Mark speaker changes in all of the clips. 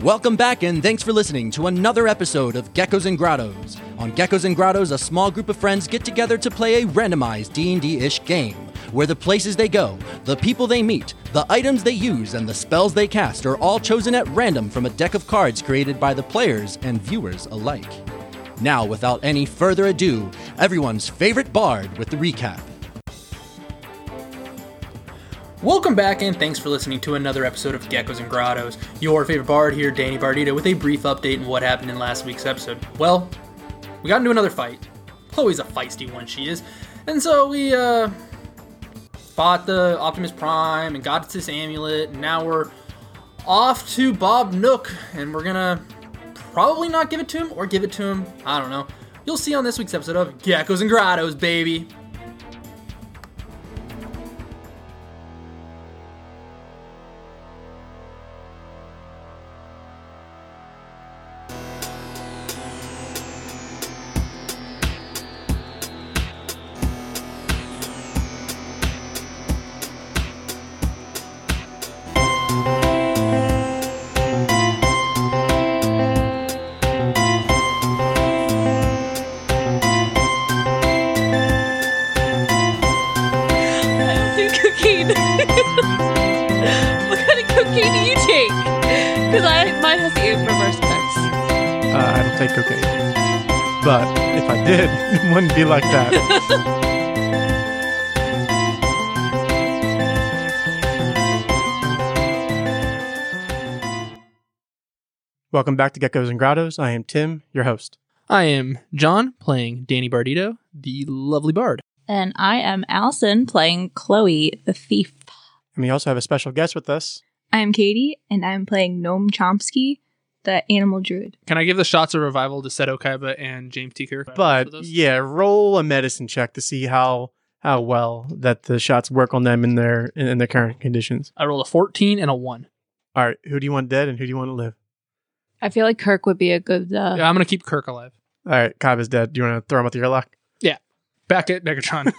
Speaker 1: Welcome back, and thanks for listening to another episode of Geckos and Grottos. On Geckos and Grottos, a small group of friends get together to play a randomized D&D-ish game, where the places they go, the people they meet, the items they use, and the spells they cast are all chosen at random from a deck of cards created by the players and viewers alike. Now, without any further ado, everyone's favorite bard with the recap.
Speaker 2: Welcome back, and thanks for listening to another episode of Geckos and Grottos. Your favorite bard here, Danny Bardito, with a brief update on what happened in last week's episode. Well, we got into another fight. Chloe's a feisty one, she is. And so we, uh, fought the Optimus Prime and got this amulet, and now we're off to Bob Nook, and we're gonna probably not give it to him or give it to him. I don't know. You'll see on this week's episode of Geckos and Grottos, baby.
Speaker 3: Some cocaine. what kind of cocaine do you take? Because I mine has the reverse effects.
Speaker 4: Uh, I don't take cocaine. But if I did, it wouldn't be like that. Welcome back to Geckos and Grottos. I am Tim, your host.
Speaker 2: I am John playing Danny Bardito, the lovely bard.
Speaker 3: And I am Allison playing Chloe the thief.
Speaker 4: And we also have a special guest with us.
Speaker 5: I'm Katie, and I'm playing Noam Chomsky, the animal druid.
Speaker 6: Can I give the shots of revival to Seto Kaiba and James T. Kirk?
Speaker 4: But
Speaker 6: For those?
Speaker 4: yeah, roll a medicine check to see how how well that the shots work on them in their in, in their current conditions.
Speaker 2: I rolled a 14 and a 1.
Speaker 4: All right, who do you want dead and who do you want to live?
Speaker 3: I feel like Kirk would be a good. Uh,
Speaker 6: yeah, I'm gonna keep Kirk alive.
Speaker 4: All right, Kaiba's dead. Do you want to throw him out the airlock?
Speaker 6: Back at Megatron.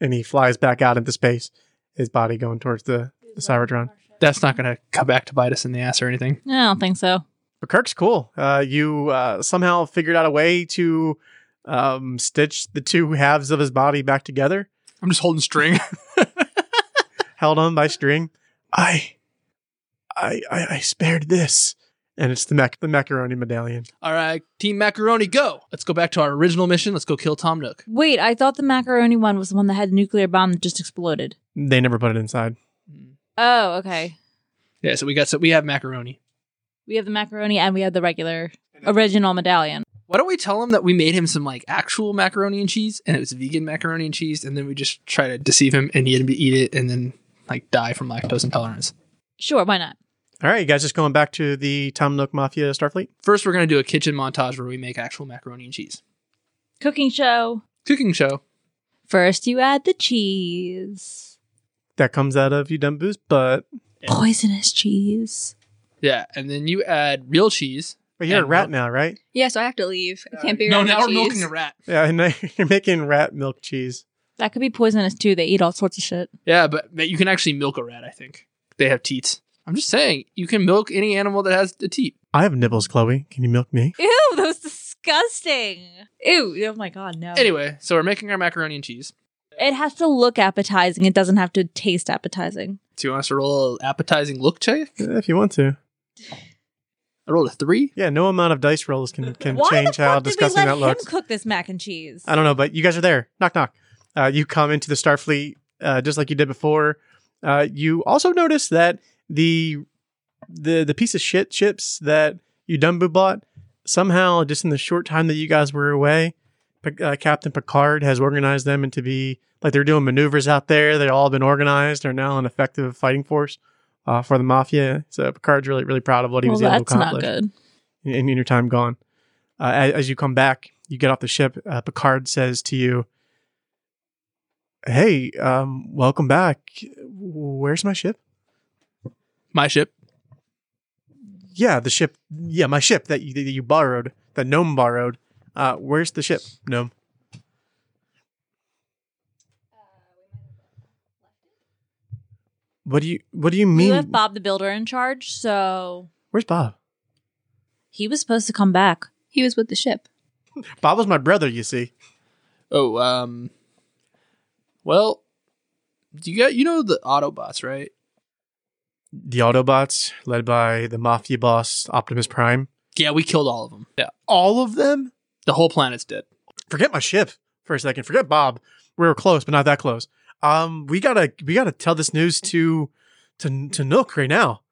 Speaker 4: and he flies back out into space, his body going towards the, the Cybertron.
Speaker 6: That's not gonna come back to bite us in the ass or anything.
Speaker 3: I don't think so.
Speaker 4: But Kirk's cool. Uh, you uh, somehow figured out a way to um, stitch the two halves of his body back together,
Speaker 6: I'm just holding string.
Speaker 4: held on by string. I, I, I, I spared this, and it's the mac- the macaroni medallion.
Speaker 6: All right, Team Macaroni, go. Let's go back to our original mission. Let's go kill Tom Nook.
Speaker 3: Wait, I thought the macaroni one was the one that had the nuclear bomb that just exploded.
Speaker 4: They never put it inside.
Speaker 3: Oh, okay.
Speaker 6: Yeah, so we got so we have Macaroni.
Speaker 3: We have the macaroni and we have the regular original medallion.
Speaker 6: Why don't we tell him that we made him some like actual macaroni and cheese, and it was vegan macaroni and cheese, and then we just try to deceive him, and he had to eat it, and then like die from lactose intolerance.
Speaker 3: Sure, why not?
Speaker 4: All right, you guys, just going back to the Tom Nook Mafia Starfleet.
Speaker 6: First, we're gonna do a kitchen montage where we make actual macaroni and cheese.
Speaker 3: Cooking show.
Speaker 6: Cooking show.
Speaker 3: First, you add the cheese.
Speaker 4: That comes out of you, Dumboos. But
Speaker 3: Poisonous cheese.
Speaker 6: Yeah, and then you add real cheese.
Speaker 4: but you're a
Speaker 6: And
Speaker 4: rat
Speaker 6: milk.
Speaker 4: now, right?
Speaker 5: Yeah, so I have to leave. I can't be
Speaker 6: no,
Speaker 5: around the
Speaker 6: now we're
Speaker 5: cheese.
Speaker 6: milking a rat.
Speaker 4: Yeah, and you're making rat milk cheese.
Speaker 3: That could be poisonous too. They eat all sorts of shit.
Speaker 6: Yeah, but but you can actually milk a rat. I think they have teats. I'm just saying you can milk any animal that has a teat.
Speaker 4: I have nibbles, Chloe. Can you milk me?
Speaker 3: Ew, that was disgusting. Ew, oh my god, no.
Speaker 6: Anyway, so we're making our macaroni and cheese.
Speaker 3: It has to look appetizing. It doesn't have to taste appetizing.
Speaker 6: Do you want us to roll an appetizing look check?
Speaker 4: If you want to.
Speaker 6: I rolled a three.
Speaker 4: Yeah, no amount of dice rolls can, can
Speaker 3: Why
Speaker 4: change
Speaker 3: the fuck
Speaker 4: how
Speaker 3: did we
Speaker 4: disgusting
Speaker 3: let
Speaker 4: that
Speaker 3: him
Speaker 4: looks.
Speaker 3: cook this mac and cheese?
Speaker 4: I don't know, but you guys are there. Knock, knock. Uh, you come into the Starfleet uh, just like you did before. Uh, you also notice that the the the piece of shit chips that you Dumbo bought somehow just in the short time that you guys were away, P- uh, Captain Picard has organized them into be like they're doing maneuvers out there. They've all been organized. They're now an effective fighting force uh, for the mafia. So Picard's really really proud of what he
Speaker 3: well,
Speaker 4: was able to
Speaker 3: that's
Speaker 4: accomplish
Speaker 3: not good.
Speaker 4: in, in your time gone. Uh, as, as you come back, you get off the ship. Uh, Picard says to you, "Hey, um, welcome back. Where's my ship?
Speaker 6: My ship.
Speaker 4: Yeah, the ship. Yeah, my ship that you, that you borrowed, that gnome borrowed. Uh, where's the ship, gnome? What do you What do you
Speaker 3: We
Speaker 4: mean?
Speaker 3: left Bob the Builder in charge, so
Speaker 4: Where's Bob?
Speaker 3: He was supposed to come back.
Speaker 7: He was with the ship.
Speaker 4: Bob was my brother, you see.
Speaker 6: Oh, um, well, you got you know the Autobots, right?
Speaker 4: The Autobots, led by the mafia boss Optimus Prime.
Speaker 6: Yeah, we killed all of them. Yeah,
Speaker 4: All of them?
Speaker 6: the whole planet's dead.
Speaker 4: Forget my ship for a second. Forget Bob. We were close, but not that close. Um, we gotta we gotta tell this news to to to Nook right now.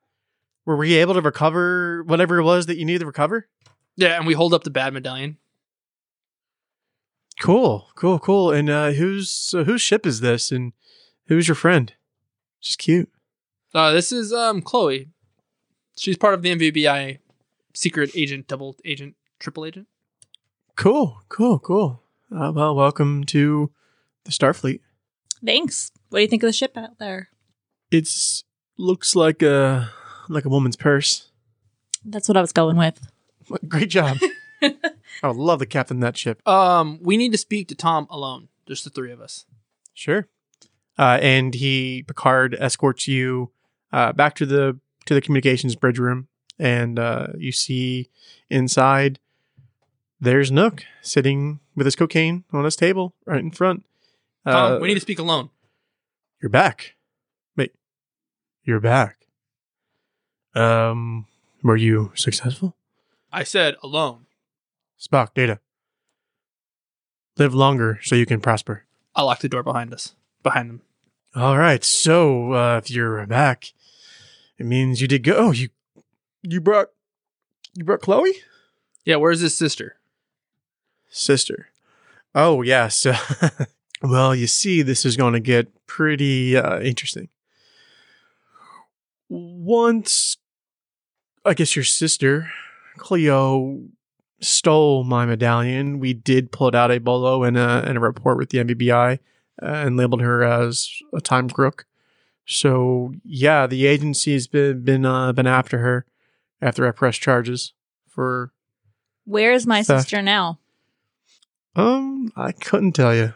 Speaker 4: Were we able to recover whatever it was that you needed to recover?
Speaker 6: Yeah, and we hold up the bad medallion.
Speaker 4: Cool, cool, cool. And uh, whose uh, whose ship is this? And who's your friend? She's cute.
Speaker 6: Uh, this is um Chloe. She's part of the MVBI secret agent, double agent, triple agent.
Speaker 4: Cool, cool, cool. Uh, well, welcome to the Starfleet.
Speaker 3: Thanks. What do you think of the ship out there?
Speaker 4: It's looks like a like a woman's purse.
Speaker 3: That's what I was going with.
Speaker 4: Great job. I would love the captain of that ship.
Speaker 6: Um, we need to speak to Tom alone, just the three of us.
Speaker 4: Sure. Uh, and he Picard escorts you uh, back to the to the communications bridge room, and uh, you see inside. There's Nook sitting with his cocaine on his table right in front. Uh,
Speaker 6: Tom, we need to speak alone.
Speaker 4: You're back. Wait, you're back. Um, were you successful?
Speaker 6: I said alone.
Speaker 4: Spock, Data. Live longer so you can prosper.
Speaker 6: I locked the door behind us, behind them.
Speaker 4: All right. So uh, if you're back, it means you did go. Oh, you you brought you brought Chloe
Speaker 6: Yeah, where's his sister?
Speaker 4: sister. Oh yes. well, you see, this is going to get pretty uh, interesting. Once, I guess your sister Cleo stole my medallion. We did pull it out a bolo and a and a report with the MBBI uh, and labeled her as a time crook. So yeah, the agency's been been uh, been after her after I pressed charges for
Speaker 3: Where is my
Speaker 4: Sir.
Speaker 3: sister now?
Speaker 4: um I couldn't tell you.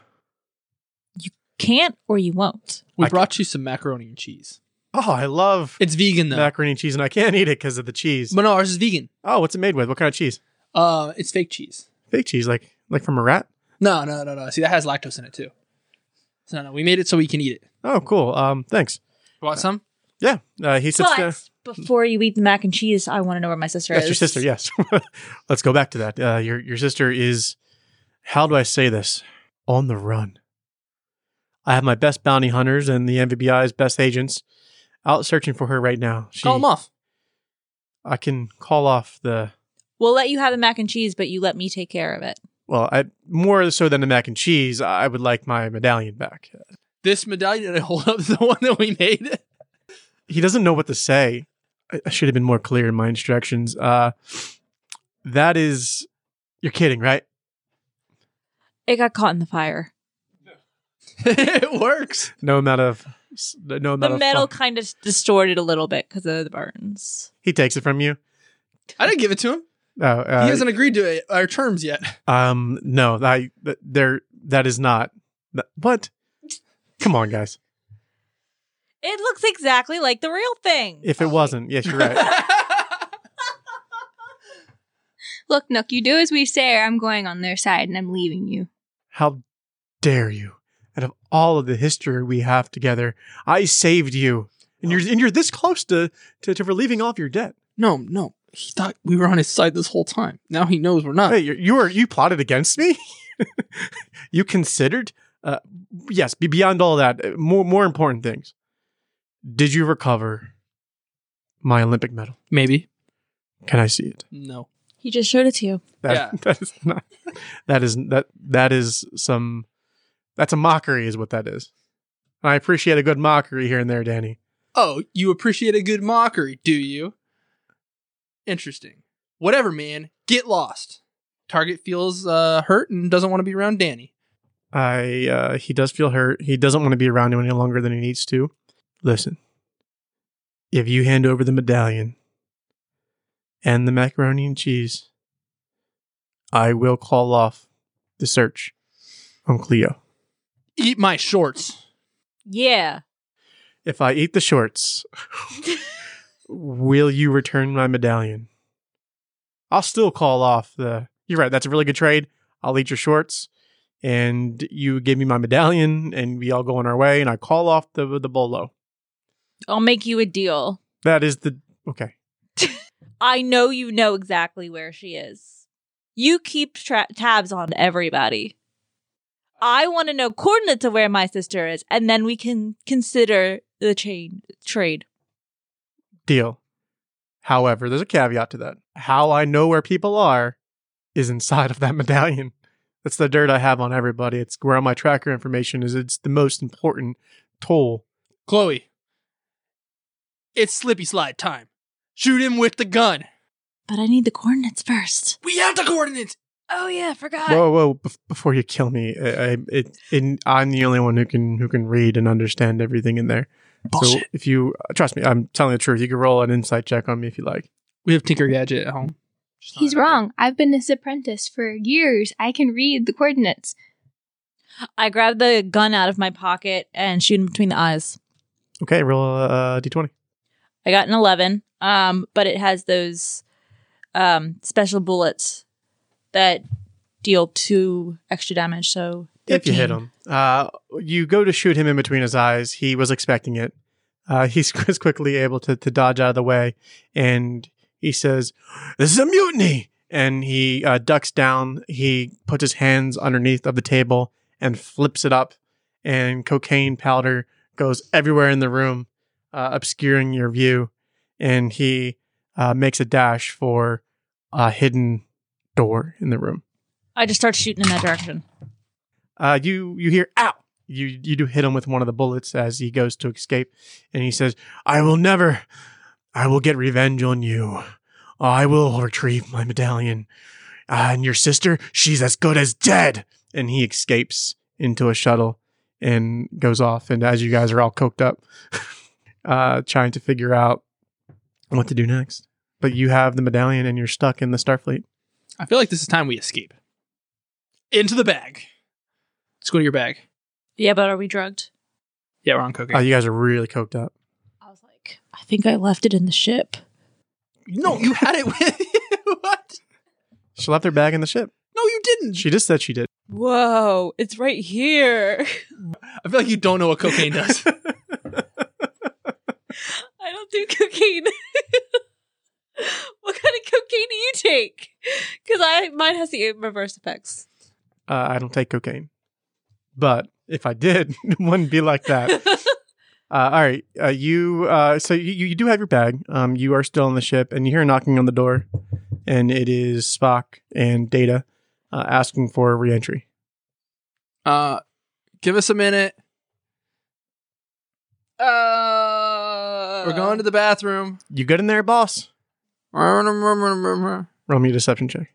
Speaker 3: Can't or you won't.
Speaker 6: We
Speaker 4: I-
Speaker 6: brought you some macaroni and cheese.
Speaker 4: Oh, I love
Speaker 6: It's vegan though.
Speaker 4: macaroni and cheese, and I can't eat it because of the cheese.
Speaker 6: but no, ours is vegan.
Speaker 4: oh, what's it made with? What kind of cheese?
Speaker 6: Uh, it's fake cheese.
Speaker 4: Fake cheese, like like from a rat.
Speaker 6: No, no, no, no. See, that has lactose in it too. So no, no, we made it so we can eat it.
Speaker 4: Oh, cool. Um, thanks.
Speaker 6: Want some?
Speaker 4: Yeah, uh, he sits down.
Speaker 3: But before you eat the mac and cheese, I want to know where my sister
Speaker 4: That's
Speaker 3: is.
Speaker 4: your sister. Yes. Let's go back to that. Uh, your your sister is. How do I say this? On the run. I have my best bounty hunters and the MVBI's best agents out searching for her right now. She,
Speaker 6: Call them off.
Speaker 4: I can call off the
Speaker 3: We'll let you have the mac and cheese, but you let me take care of it.
Speaker 4: well, I more so than the mac and cheese. I would like my medallion back.
Speaker 6: This medallion that I hold up is the one that we made.
Speaker 4: he doesn't know what to say. I, I should have been more clear in my instructions. Uh, that is, you're kidding, right?
Speaker 3: It got caught in the fire.
Speaker 6: it works.
Speaker 4: No amount of no amount
Speaker 3: the
Speaker 4: of
Speaker 3: metal
Speaker 4: fuck-
Speaker 3: kind of distorted a little bit because of the burns.
Speaker 4: He takes it from you.
Speaker 6: I didn't give it to him.
Speaker 4: Oh, uh,
Speaker 6: he hasn't agreed to it, our terms yet.
Speaker 4: um, no, I th- there that is not. That, what? Come on, guys.
Speaker 3: It looks exactly like the real thing.
Speaker 4: If it wasn't, yes, you're right.
Speaker 7: Look, Nook, you do as we say, or I'm going on their side and I'm leaving you.
Speaker 4: How dare you? Out of all of the history we have together, I saved you, and you're and you're this close to to, to relieving off your debt.
Speaker 6: no, no. He thought we were on his side this whole time. Now he knows we're not.
Speaker 4: Hey, you, you were you plotted against me. you considered, uh, yes, be beyond all that. uh, More more important things. Did you recover my Olympic medal?
Speaker 6: Maybe.
Speaker 4: Can I see it?
Speaker 6: No.
Speaker 3: He just showed it to you.
Speaker 4: That,
Speaker 6: Yeah.
Speaker 4: that is not. That is that that is some. That's a mockery, is what that is. And I appreciate a good mockery here and there, Danny.
Speaker 6: Oh, you appreciate a good mockery, do you? Interesting. Whatever, man. Get lost. Target feels uh, hurt and doesn't want to be around Danny.
Speaker 4: I uh, he does feel hurt. He doesn't want to be around you any longer than he needs to. Listen, if you hand over the medallion and the macaroni and cheese, I will call off the search on Cleo.
Speaker 6: Eat my shorts.
Speaker 3: Yeah.
Speaker 4: If I eat the shorts, will you return my medallion? I'll still call off the. You're right. That's a really good trade. I'll eat your shorts, and you give me my medallion, and we all go on our way. And I call off the the bolo.
Speaker 3: I'll make you a deal.
Speaker 4: That is the okay.
Speaker 3: I know you know exactly where she is. You keep tra- tabs on everybody. I want to know coordinates of where my sister is, and then we can consider the chain trade.
Speaker 4: Deal. However, there's a caveat to that. How I know where people are is inside of that medallion. That's the dirt I have on everybody. It's where all my tracker information is. It's the most important tool.
Speaker 6: Chloe, it's slippy slide time. Shoot him with the gun.
Speaker 7: But I need the coordinates first.
Speaker 6: We have the coordinates.
Speaker 7: Oh yeah, forgot.
Speaker 4: Whoa, whoa! bef- before you kill me, I, I, it, it, I'm the only one who can who can read and understand everything in there. So
Speaker 6: Bullshit.
Speaker 4: if you trust me, I'm telling the truth. You can roll an insight check on me if you like.
Speaker 6: We have Tinker Gadget at home.
Speaker 7: He's wrong. I've been his apprentice for years. I can read the coordinates.
Speaker 3: I grab the gun out of my pocket and shoot him between the eyes.
Speaker 4: Okay, roll a uh, d20.
Speaker 3: I got an 11, um, but it has those um, special bullets that deal two extra damage. So
Speaker 4: If you
Speaker 3: 13.
Speaker 4: hit him, uh, you go to shoot him in between his eyes. He was expecting it. Uh, he's was quickly able to, to dodge out of the way, and he says, "This is a mutiny!" And he uh, ducks down. He puts his hands underneath of the table and flips it up, and cocaine powder goes everywhere in the room, uh, obscuring your view. And he uh, makes a dash for a hidden door in the room.
Speaker 3: I just start shooting in that direction.
Speaker 4: Uh, you you hear ow. You you do hit him with one of the bullets as he goes to escape, and he says, "I will never. I will get revenge on you. I will retrieve my medallion, uh, and your sister. She's as good as dead." And he escapes into a shuttle and goes off. And as you guys are all coked up, uh, trying to figure out what to do next, but you have the medallion and you're stuck in the Starfleet.
Speaker 6: I feel like this is time we escape. Into the bag. Let's go to your bag.
Speaker 3: Yeah, but are we drugged?
Speaker 6: Yeah, we're on cocaine.
Speaker 4: Uh, you guys are really coked up.
Speaker 3: I was like, I think I left it in the ship.
Speaker 6: no, you had it with you. What?
Speaker 4: She left her bag in the ship.
Speaker 6: No, you didn't.
Speaker 4: She just said she did.
Speaker 3: Whoa, it's right here.
Speaker 6: I feel like you don't know what cocaine does.
Speaker 3: I don't do cocaine. what kind of cocaine do you take? Because I mine has the reverse effects.
Speaker 4: uh, I don't take cocaine. But if I did, it wouldn't be like that. Uh, all right, uh, you. Uh, so you, you do have your bag. Um, you are still on the ship, and you hear knocking on the door, and it is Spock and Data uh, asking for reentry.
Speaker 6: Uh, give us a minute.
Speaker 3: Uh,
Speaker 6: We're going to the bathroom.
Speaker 4: You good in there, boss?
Speaker 6: Uh,
Speaker 4: Roll me a deception check.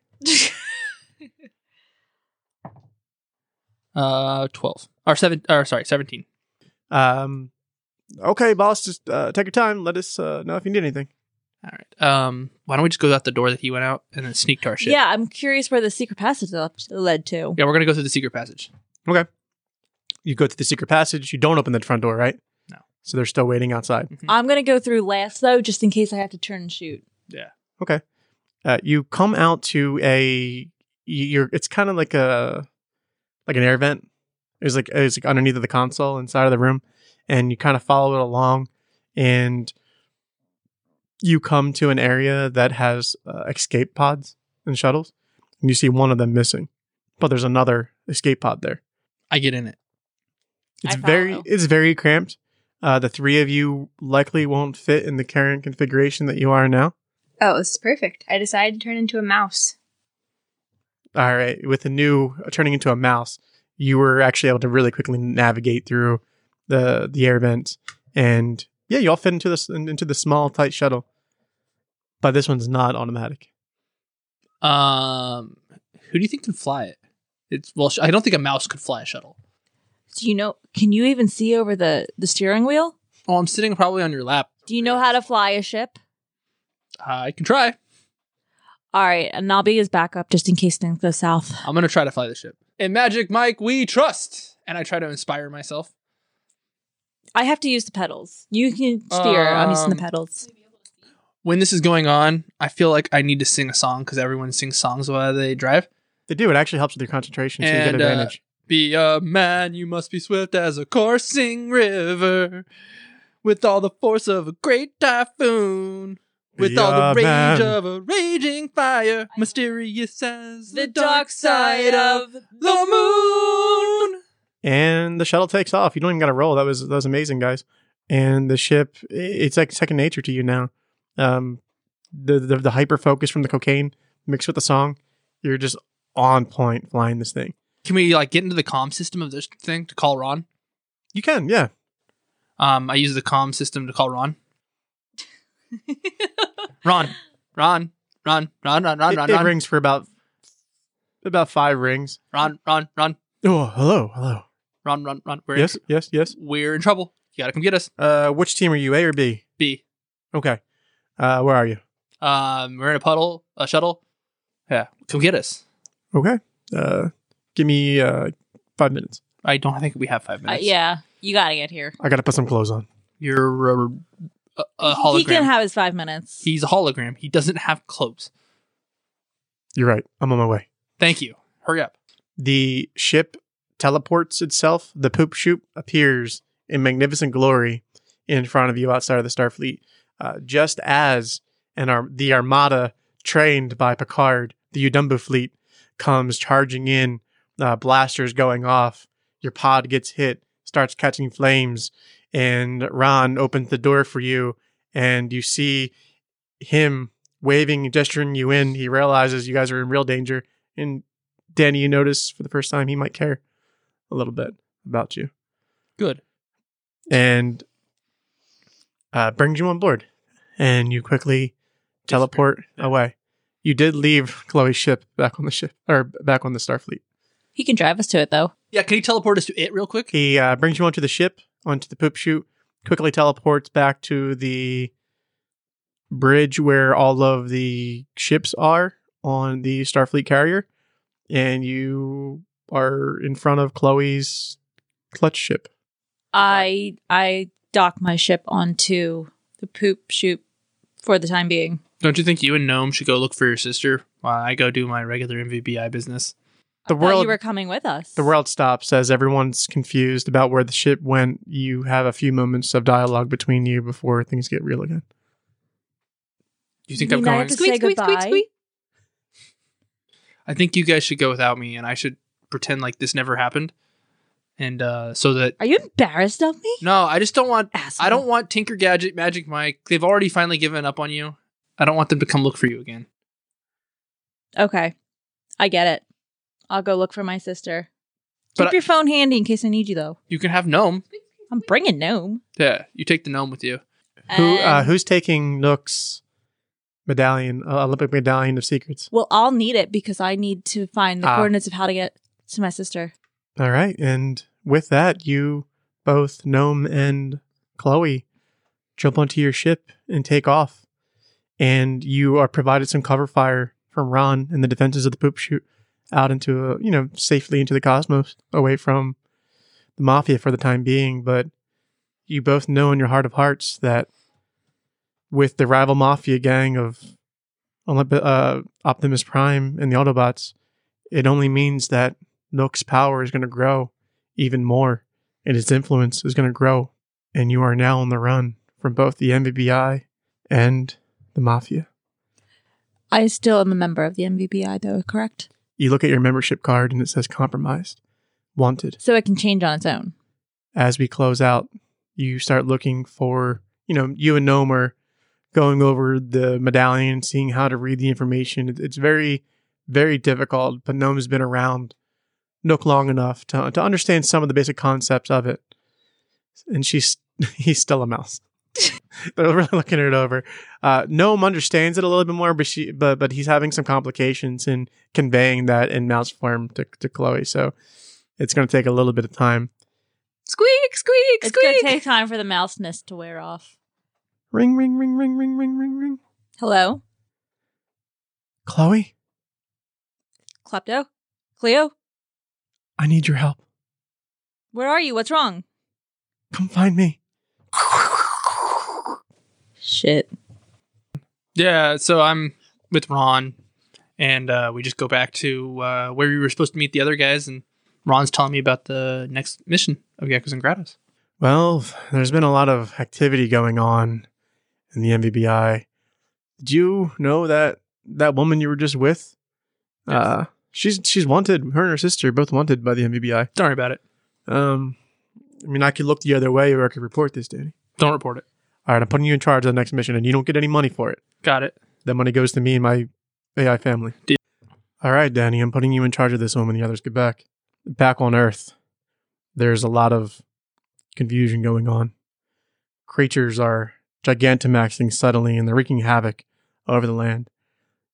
Speaker 6: Uh, twelve or seven or sorry, seventeen.
Speaker 4: Um, okay, boss. Just uh, take your time. Let us uh, know if you need anything.
Speaker 6: All right. Um, why don't we just go out the door that he went out and then sneak to our ship?
Speaker 3: Yeah, I'm curious where the secret passage up- led to.
Speaker 6: Yeah, we're gonna go through the secret passage.
Speaker 4: You go through the secret passage. You don't open the front door, right?
Speaker 6: No.
Speaker 4: So they're still waiting outside.
Speaker 3: I'm gonna go through last though, just in case I have to turn and shoot.
Speaker 4: uh, you come out to a you're it's kind of like a like an air vent it was like it was like underneath of the console inside of the room and you kind of follow it along and you come to an area that has uh, escape pods and shuttles and you see one of them missing but there's another escape pod there
Speaker 6: I get in it.
Speaker 4: it's
Speaker 3: I
Speaker 4: very
Speaker 3: follow.
Speaker 4: it's very cramped uh, the three of you likely won't fit in the current configuration that you are now
Speaker 7: Oh, this is perfect. I decided to turn into a mouse.
Speaker 4: All right, with the new turning into a mouse, you were actually able to really quickly navigate through the the air vent, and yeah, you all fit into this in- into the small tight shuttle. But this one's not automatic.
Speaker 6: Um, who do you think can fly it? It's well, sh- I don't think a mouse could fly a shuttle.
Speaker 3: Do you know? Can you even see over the the steering wheel?
Speaker 6: Well, Oh, I'm sitting probably on your lap.
Speaker 3: Do you know how to fly a ship?
Speaker 6: I can try.
Speaker 3: All right, and I'll be his backup just in case things go south.
Speaker 6: I'm gonna try to fly the ship. In Magic Mike, we trust, and I try to inspire myself.
Speaker 3: I have to use the pedals. You can steer. I'm using the
Speaker 6: Um,
Speaker 3: pedals.
Speaker 6: when this is going on, I feel like I need to sing a song because everyone sings songs while they drive.
Speaker 4: They do. It actually helps with your concentration, so you get
Speaker 6: And, uh,
Speaker 4: advantage.
Speaker 6: Be a man, you must be swift as a coursing river, with all the force of a great typhoon, with
Speaker 4: Be
Speaker 6: all the
Speaker 4: a
Speaker 6: rage
Speaker 4: man.
Speaker 6: of a raging fire, mysterious as
Speaker 3: The dark side of
Speaker 6: the moon.
Speaker 4: and the shuttle takes off. You don't even got to roll. That was that was amazing, guys. And the ship, i- it's like second nature to you now. Um, the the, the hyper focus from the cocaine mixed with the song, you're just on point flying this thing.
Speaker 6: Can we like get into the comm system of this thing to call Ron?
Speaker 4: You can, yeah.
Speaker 6: Um, I use the comm system to call Ron. Ron, Ron, Ron, Ron, Ron, Ron,
Speaker 4: it,
Speaker 6: Ron,
Speaker 4: it
Speaker 6: Ron,
Speaker 4: rings for about about five rings.
Speaker 6: Ron, Ron, Ron,
Speaker 4: Oh, hello, hello.
Speaker 6: Ron, Ron, Ron. We're
Speaker 4: Yes,
Speaker 6: in,
Speaker 4: yes, yes.
Speaker 6: we're in trouble. You gotta come get us.
Speaker 4: Uh, which team are you, A or B?
Speaker 6: B.
Speaker 4: Okay. Uh, where are you?
Speaker 6: Um, we're in a puddle, a shuttle. Yeah, come get us.
Speaker 4: Okay. Uh, give me uh five minutes.
Speaker 6: I don't think we have five
Speaker 3: Uh,
Speaker 6: minutes.
Speaker 3: yeah, you gotta get here.
Speaker 4: I gotta put some clothes on.
Speaker 6: you're a, a, a
Speaker 3: He-
Speaker 6: hologram.
Speaker 3: He can have his five minutes.
Speaker 6: He's a hologram. He doesn't have clothes.
Speaker 4: You're right. I'm on my way.
Speaker 6: Thank you. Hurry up.
Speaker 4: the ship teleports itself. The poop chute appears in magnificent glory in front of you outside of the Starfleet, uh, just as an ar- the armada trained by Picard, the Udumbu fleet, comes charging in, uh, blasters going off. Your pod gets hit, starts catching flames, and Ron opens the door for you, and you see him waving and gesturing you in. He realizes you guys are in real danger, and Danny, you notice for the first time he might care a little bit about you
Speaker 6: Good.
Speaker 4: and uh, brings you on board. And you quickly teleport away. You did leave Chloe's ship back on the ship or back on the Starfleet.
Speaker 3: He can drive us to it though.
Speaker 6: Yeah, can you teleport us to it real quick?
Speaker 4: He uh, brings you onto the ship, onto the poop chute, quickly teleports back to the bridge where all of the ships are on the Starfleet carrier. And you are in front of Chloe's clutch ship.
Speaker 3: I I dock my ship onto the poop chute for the time being.
Speaker 6: Don't you think you and Gnome should go look for your sister while I go do my regular MVBI business?
Speaker 4: The
Speaker 3: I thought
Speaker 4: world-
Speaker 3: you were coming with us.
Speaker 4: The world stops as everyone's confused about where the ship went. You have a few moments of dialogue between you before things get real again.
Speaker 6: Do you think
Speaker 3: You
Speaker 6: I'm
Speaker 3: mean I
Speaker 6: going?
Speaker 3: have to Squeak, say squeak, squeak, goodbye? squeak.
Speaker 6: I think you guys should go without me, and I should pretend like this never happened, and uh, so that
Speaker 3: Are you embarrassed of me?
Speaker 6: no, I just don't want.
Speaker 3: Asshole.
Speaker 6: I don't want Tinker Gadget, Magic Mike. They've already finally given up on you. I don't want them to come look for you again.
Speaker 3: Okay, I get it. I'll go look for my sister. Keep
Speaker 6: But I-
Speaker 3: your phone handy in case I need you though.
Speaker 6: You can have gnome.
Speaker 3: I'm bringing gnome.
Speaker 6: Yeah, you take the gnome with you.
Speaker 4: Who uh,
Speaker 3: And-
Speaker 4: who's taking Nook's medallion, uh, Olympic medallion of secrets?
Speaker 3: Well, I'll need it because I need to find the
Speaker 4: Ah.
Speaker 3: coordinates of how to get to my sister.
Speaker 4: All right, and with that, you both Gnome and Chloe jump onto your ship and take off, and you are provided some cover fire from Ron and the defenses of the poop chute out into a, you know safely into the cosmos away from the mafia for the time being. But you both know in your heart of hearts that with the rival mafia gang of Olymp- uh, Optimus Prime and the Autobots, it only means that Nook's power is going to grow even more, and its influence is going to grow. And you are now on the run from both the MBBI and the Mafia.
Speaker 3: I still am a member of the MVBI though, correct?
Speaker 4: You look at your membership card and it says compromised, wanted.
Speaker 3: So it can change on its own.
Speaker 4: As we close out, you start looking for, you know, you and Gnome are going over the medallion, seeing how to read the information. It- It's very, very difficult, but Gnome's been around Nook long enough to, to understand some of the basic concepts of it. And she's he's still a mouse. They're really looking it over. Uh, Gnome understands it a little bit more, but she but but he's having some complications in conveying that in mouse form to, to Chloe. So it's going to take a little bit of time.
Speaker 7: Squeak, squeak,
Speaker 3: It's
Speaker 7: squeak.
Speaker 3: gonna take time for the mouseness to wear off.
Speaker 4: Ring ring ring ring ring ring ring ring.
Speaker 3: Hello,
Speaker 4: Chloe,
Speaker 3: Klepto, Cleo,
Speaker 4: I need your help.
Speaker 3: where are you? What's wrong?
Speaker 4: Come find me.
Speaker 3: Shit.
Speaker 6: Yeah, so I'm with Ron, and uh, we just go back to uh, where we were supposed to meet the other guys, and Ron's telling me about the next mission of Geckos and Gratos.
Speaker 4: Well, there's been a lot of activity going on in the MVBI. Do you know that that woman you were just with? Uh, she's she's wanted. Her and her sister are both wanted by the MVBI.
Speaker 6: Don't worry about it.
Speaker 4: Um, I mean, I could look the other way, or I could report this, Danny.
Speaker 6: Don't report it.
Speaker 4: All right, I'm putting you in charge of the next mission, and you don't get any money for it.
Speaker 6: Got it.
Speaker 4: That money goes to me and my AI family.
Speaker 6: Deal.
Speaker 4: All right, Danny, I'm putting you in charge of this one when the others get back. Back on Earth, there's a lot of confusion going on. Creatures are gigantamaxing suddenly and they're wreaking havoc over the land.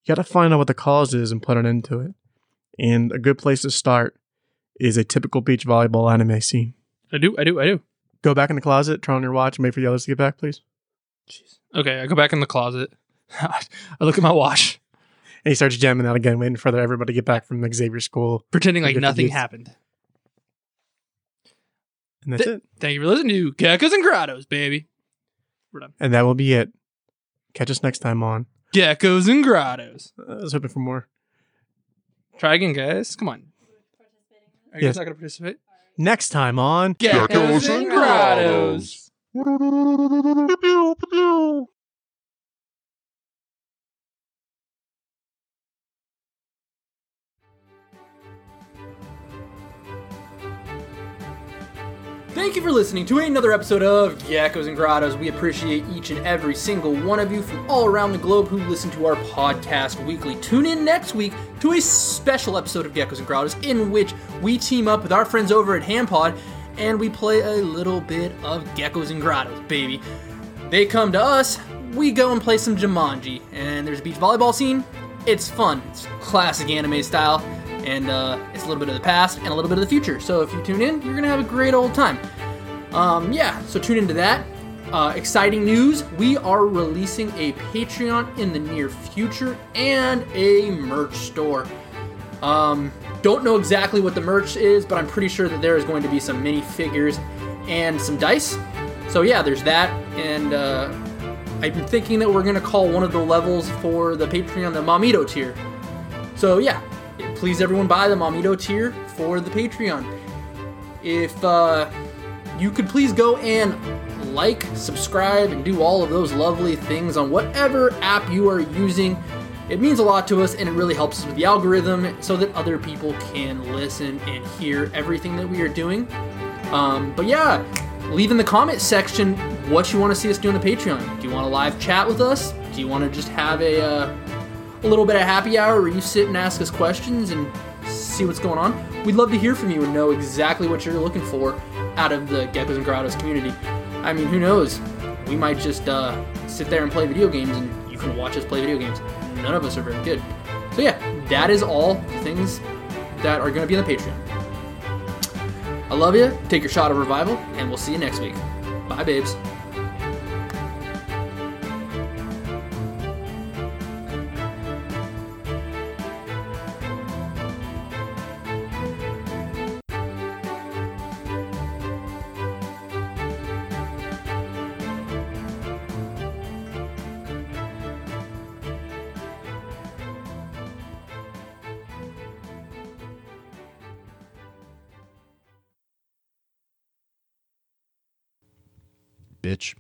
Speaker 4: You gotta find out what the cause is and put an end to it. And a good place to start is a typical beach volleyball anime scene.
Speaker 6: I do. I do. I do.
Speaker 4: Go back in the closet, turn on your watch, and wait for the others to get back, please.
Speaker 6: Okay, I go back in the closet. I look at my watch,
Speaker 4: And he starts jamming out again, waiting for everybody to get back from Xavier School.
Speaker 6: pretending like
Speaker 4: Good for
Speaker 6: nothing
Speaker 4: you.
Speaker 6: happened.
Speaker 4: And that's
Speaker 6: Th-
Speaker 4: it.
Speaker 6: Thank you for listening to Geckos and Grottos, baby.
Speaker 4: And that will be it. Catch us next time on. uh,
Speaker 6: Geckos and Grottos.
Speaker 4: I was hoping for more.
Speaker 6: Try again, guys. Come on. Are you
Speaker 4: Yes.
Speaker 6: guys not going to participate?
Speaker 4: Next time on.
Speaker 8: Geckos and Grottos.
Speaker 2: Thank you for listening to another episode of Geckos and Grottos. We appreciate each and every single one of you from all around the globe who listen to our podcast weekly. Tune in next week to a special episode of Geckos and Grottos in which we team up with our friends over at Hampod and we play a little bit of Geckos and Grottos, baby. They come to us, we go and play some Jumanji, and there's a beach volleyball scene. It's fun, it's classic anime style, and uh, it's a little bit of the past and a little bit of the future. So if you tune in, you're gonna have a great old time. Um, yeah, so tune into that. Uh, exciting news we are releasing a Patreon in the near future and a merch store. Um, don't know exactly what the merch is, but I'm pretty sure that there is going to be some minifigures and some dice. So yeah, there's that, and uh, I'm thinking that we're gonna call one of the levels for the Patreon the Mamito tier. So yeah, please everyone buy the Mamito tier for the Patreon. If uh, you could please go and like, subscribe, and do all of those lovely things on whatever app you are using. It means a lot to us and it really helps us with the algorithm so that other people can listen and hear everything that we are doing. Um, but yeah, leave in the comment section what you want to see us do on the Patreon. Do you want a live chat with us? Do you want to just have a, uh, a little bit of happy hour where you sit and ask us questions and see what's going on? We'd love to hear from you and know exactly what you're looking for out of the Geckos and Grottos community. I mean, who knows? We might just uh, sit there and play video games and you can watch us play video games. None of us are very good. So yeah, that is all the things that are going to be on the Patreon. I love you. Take your shot of revival, and we'll see you next week. Bye, babes.
Speaker 1: Bitch.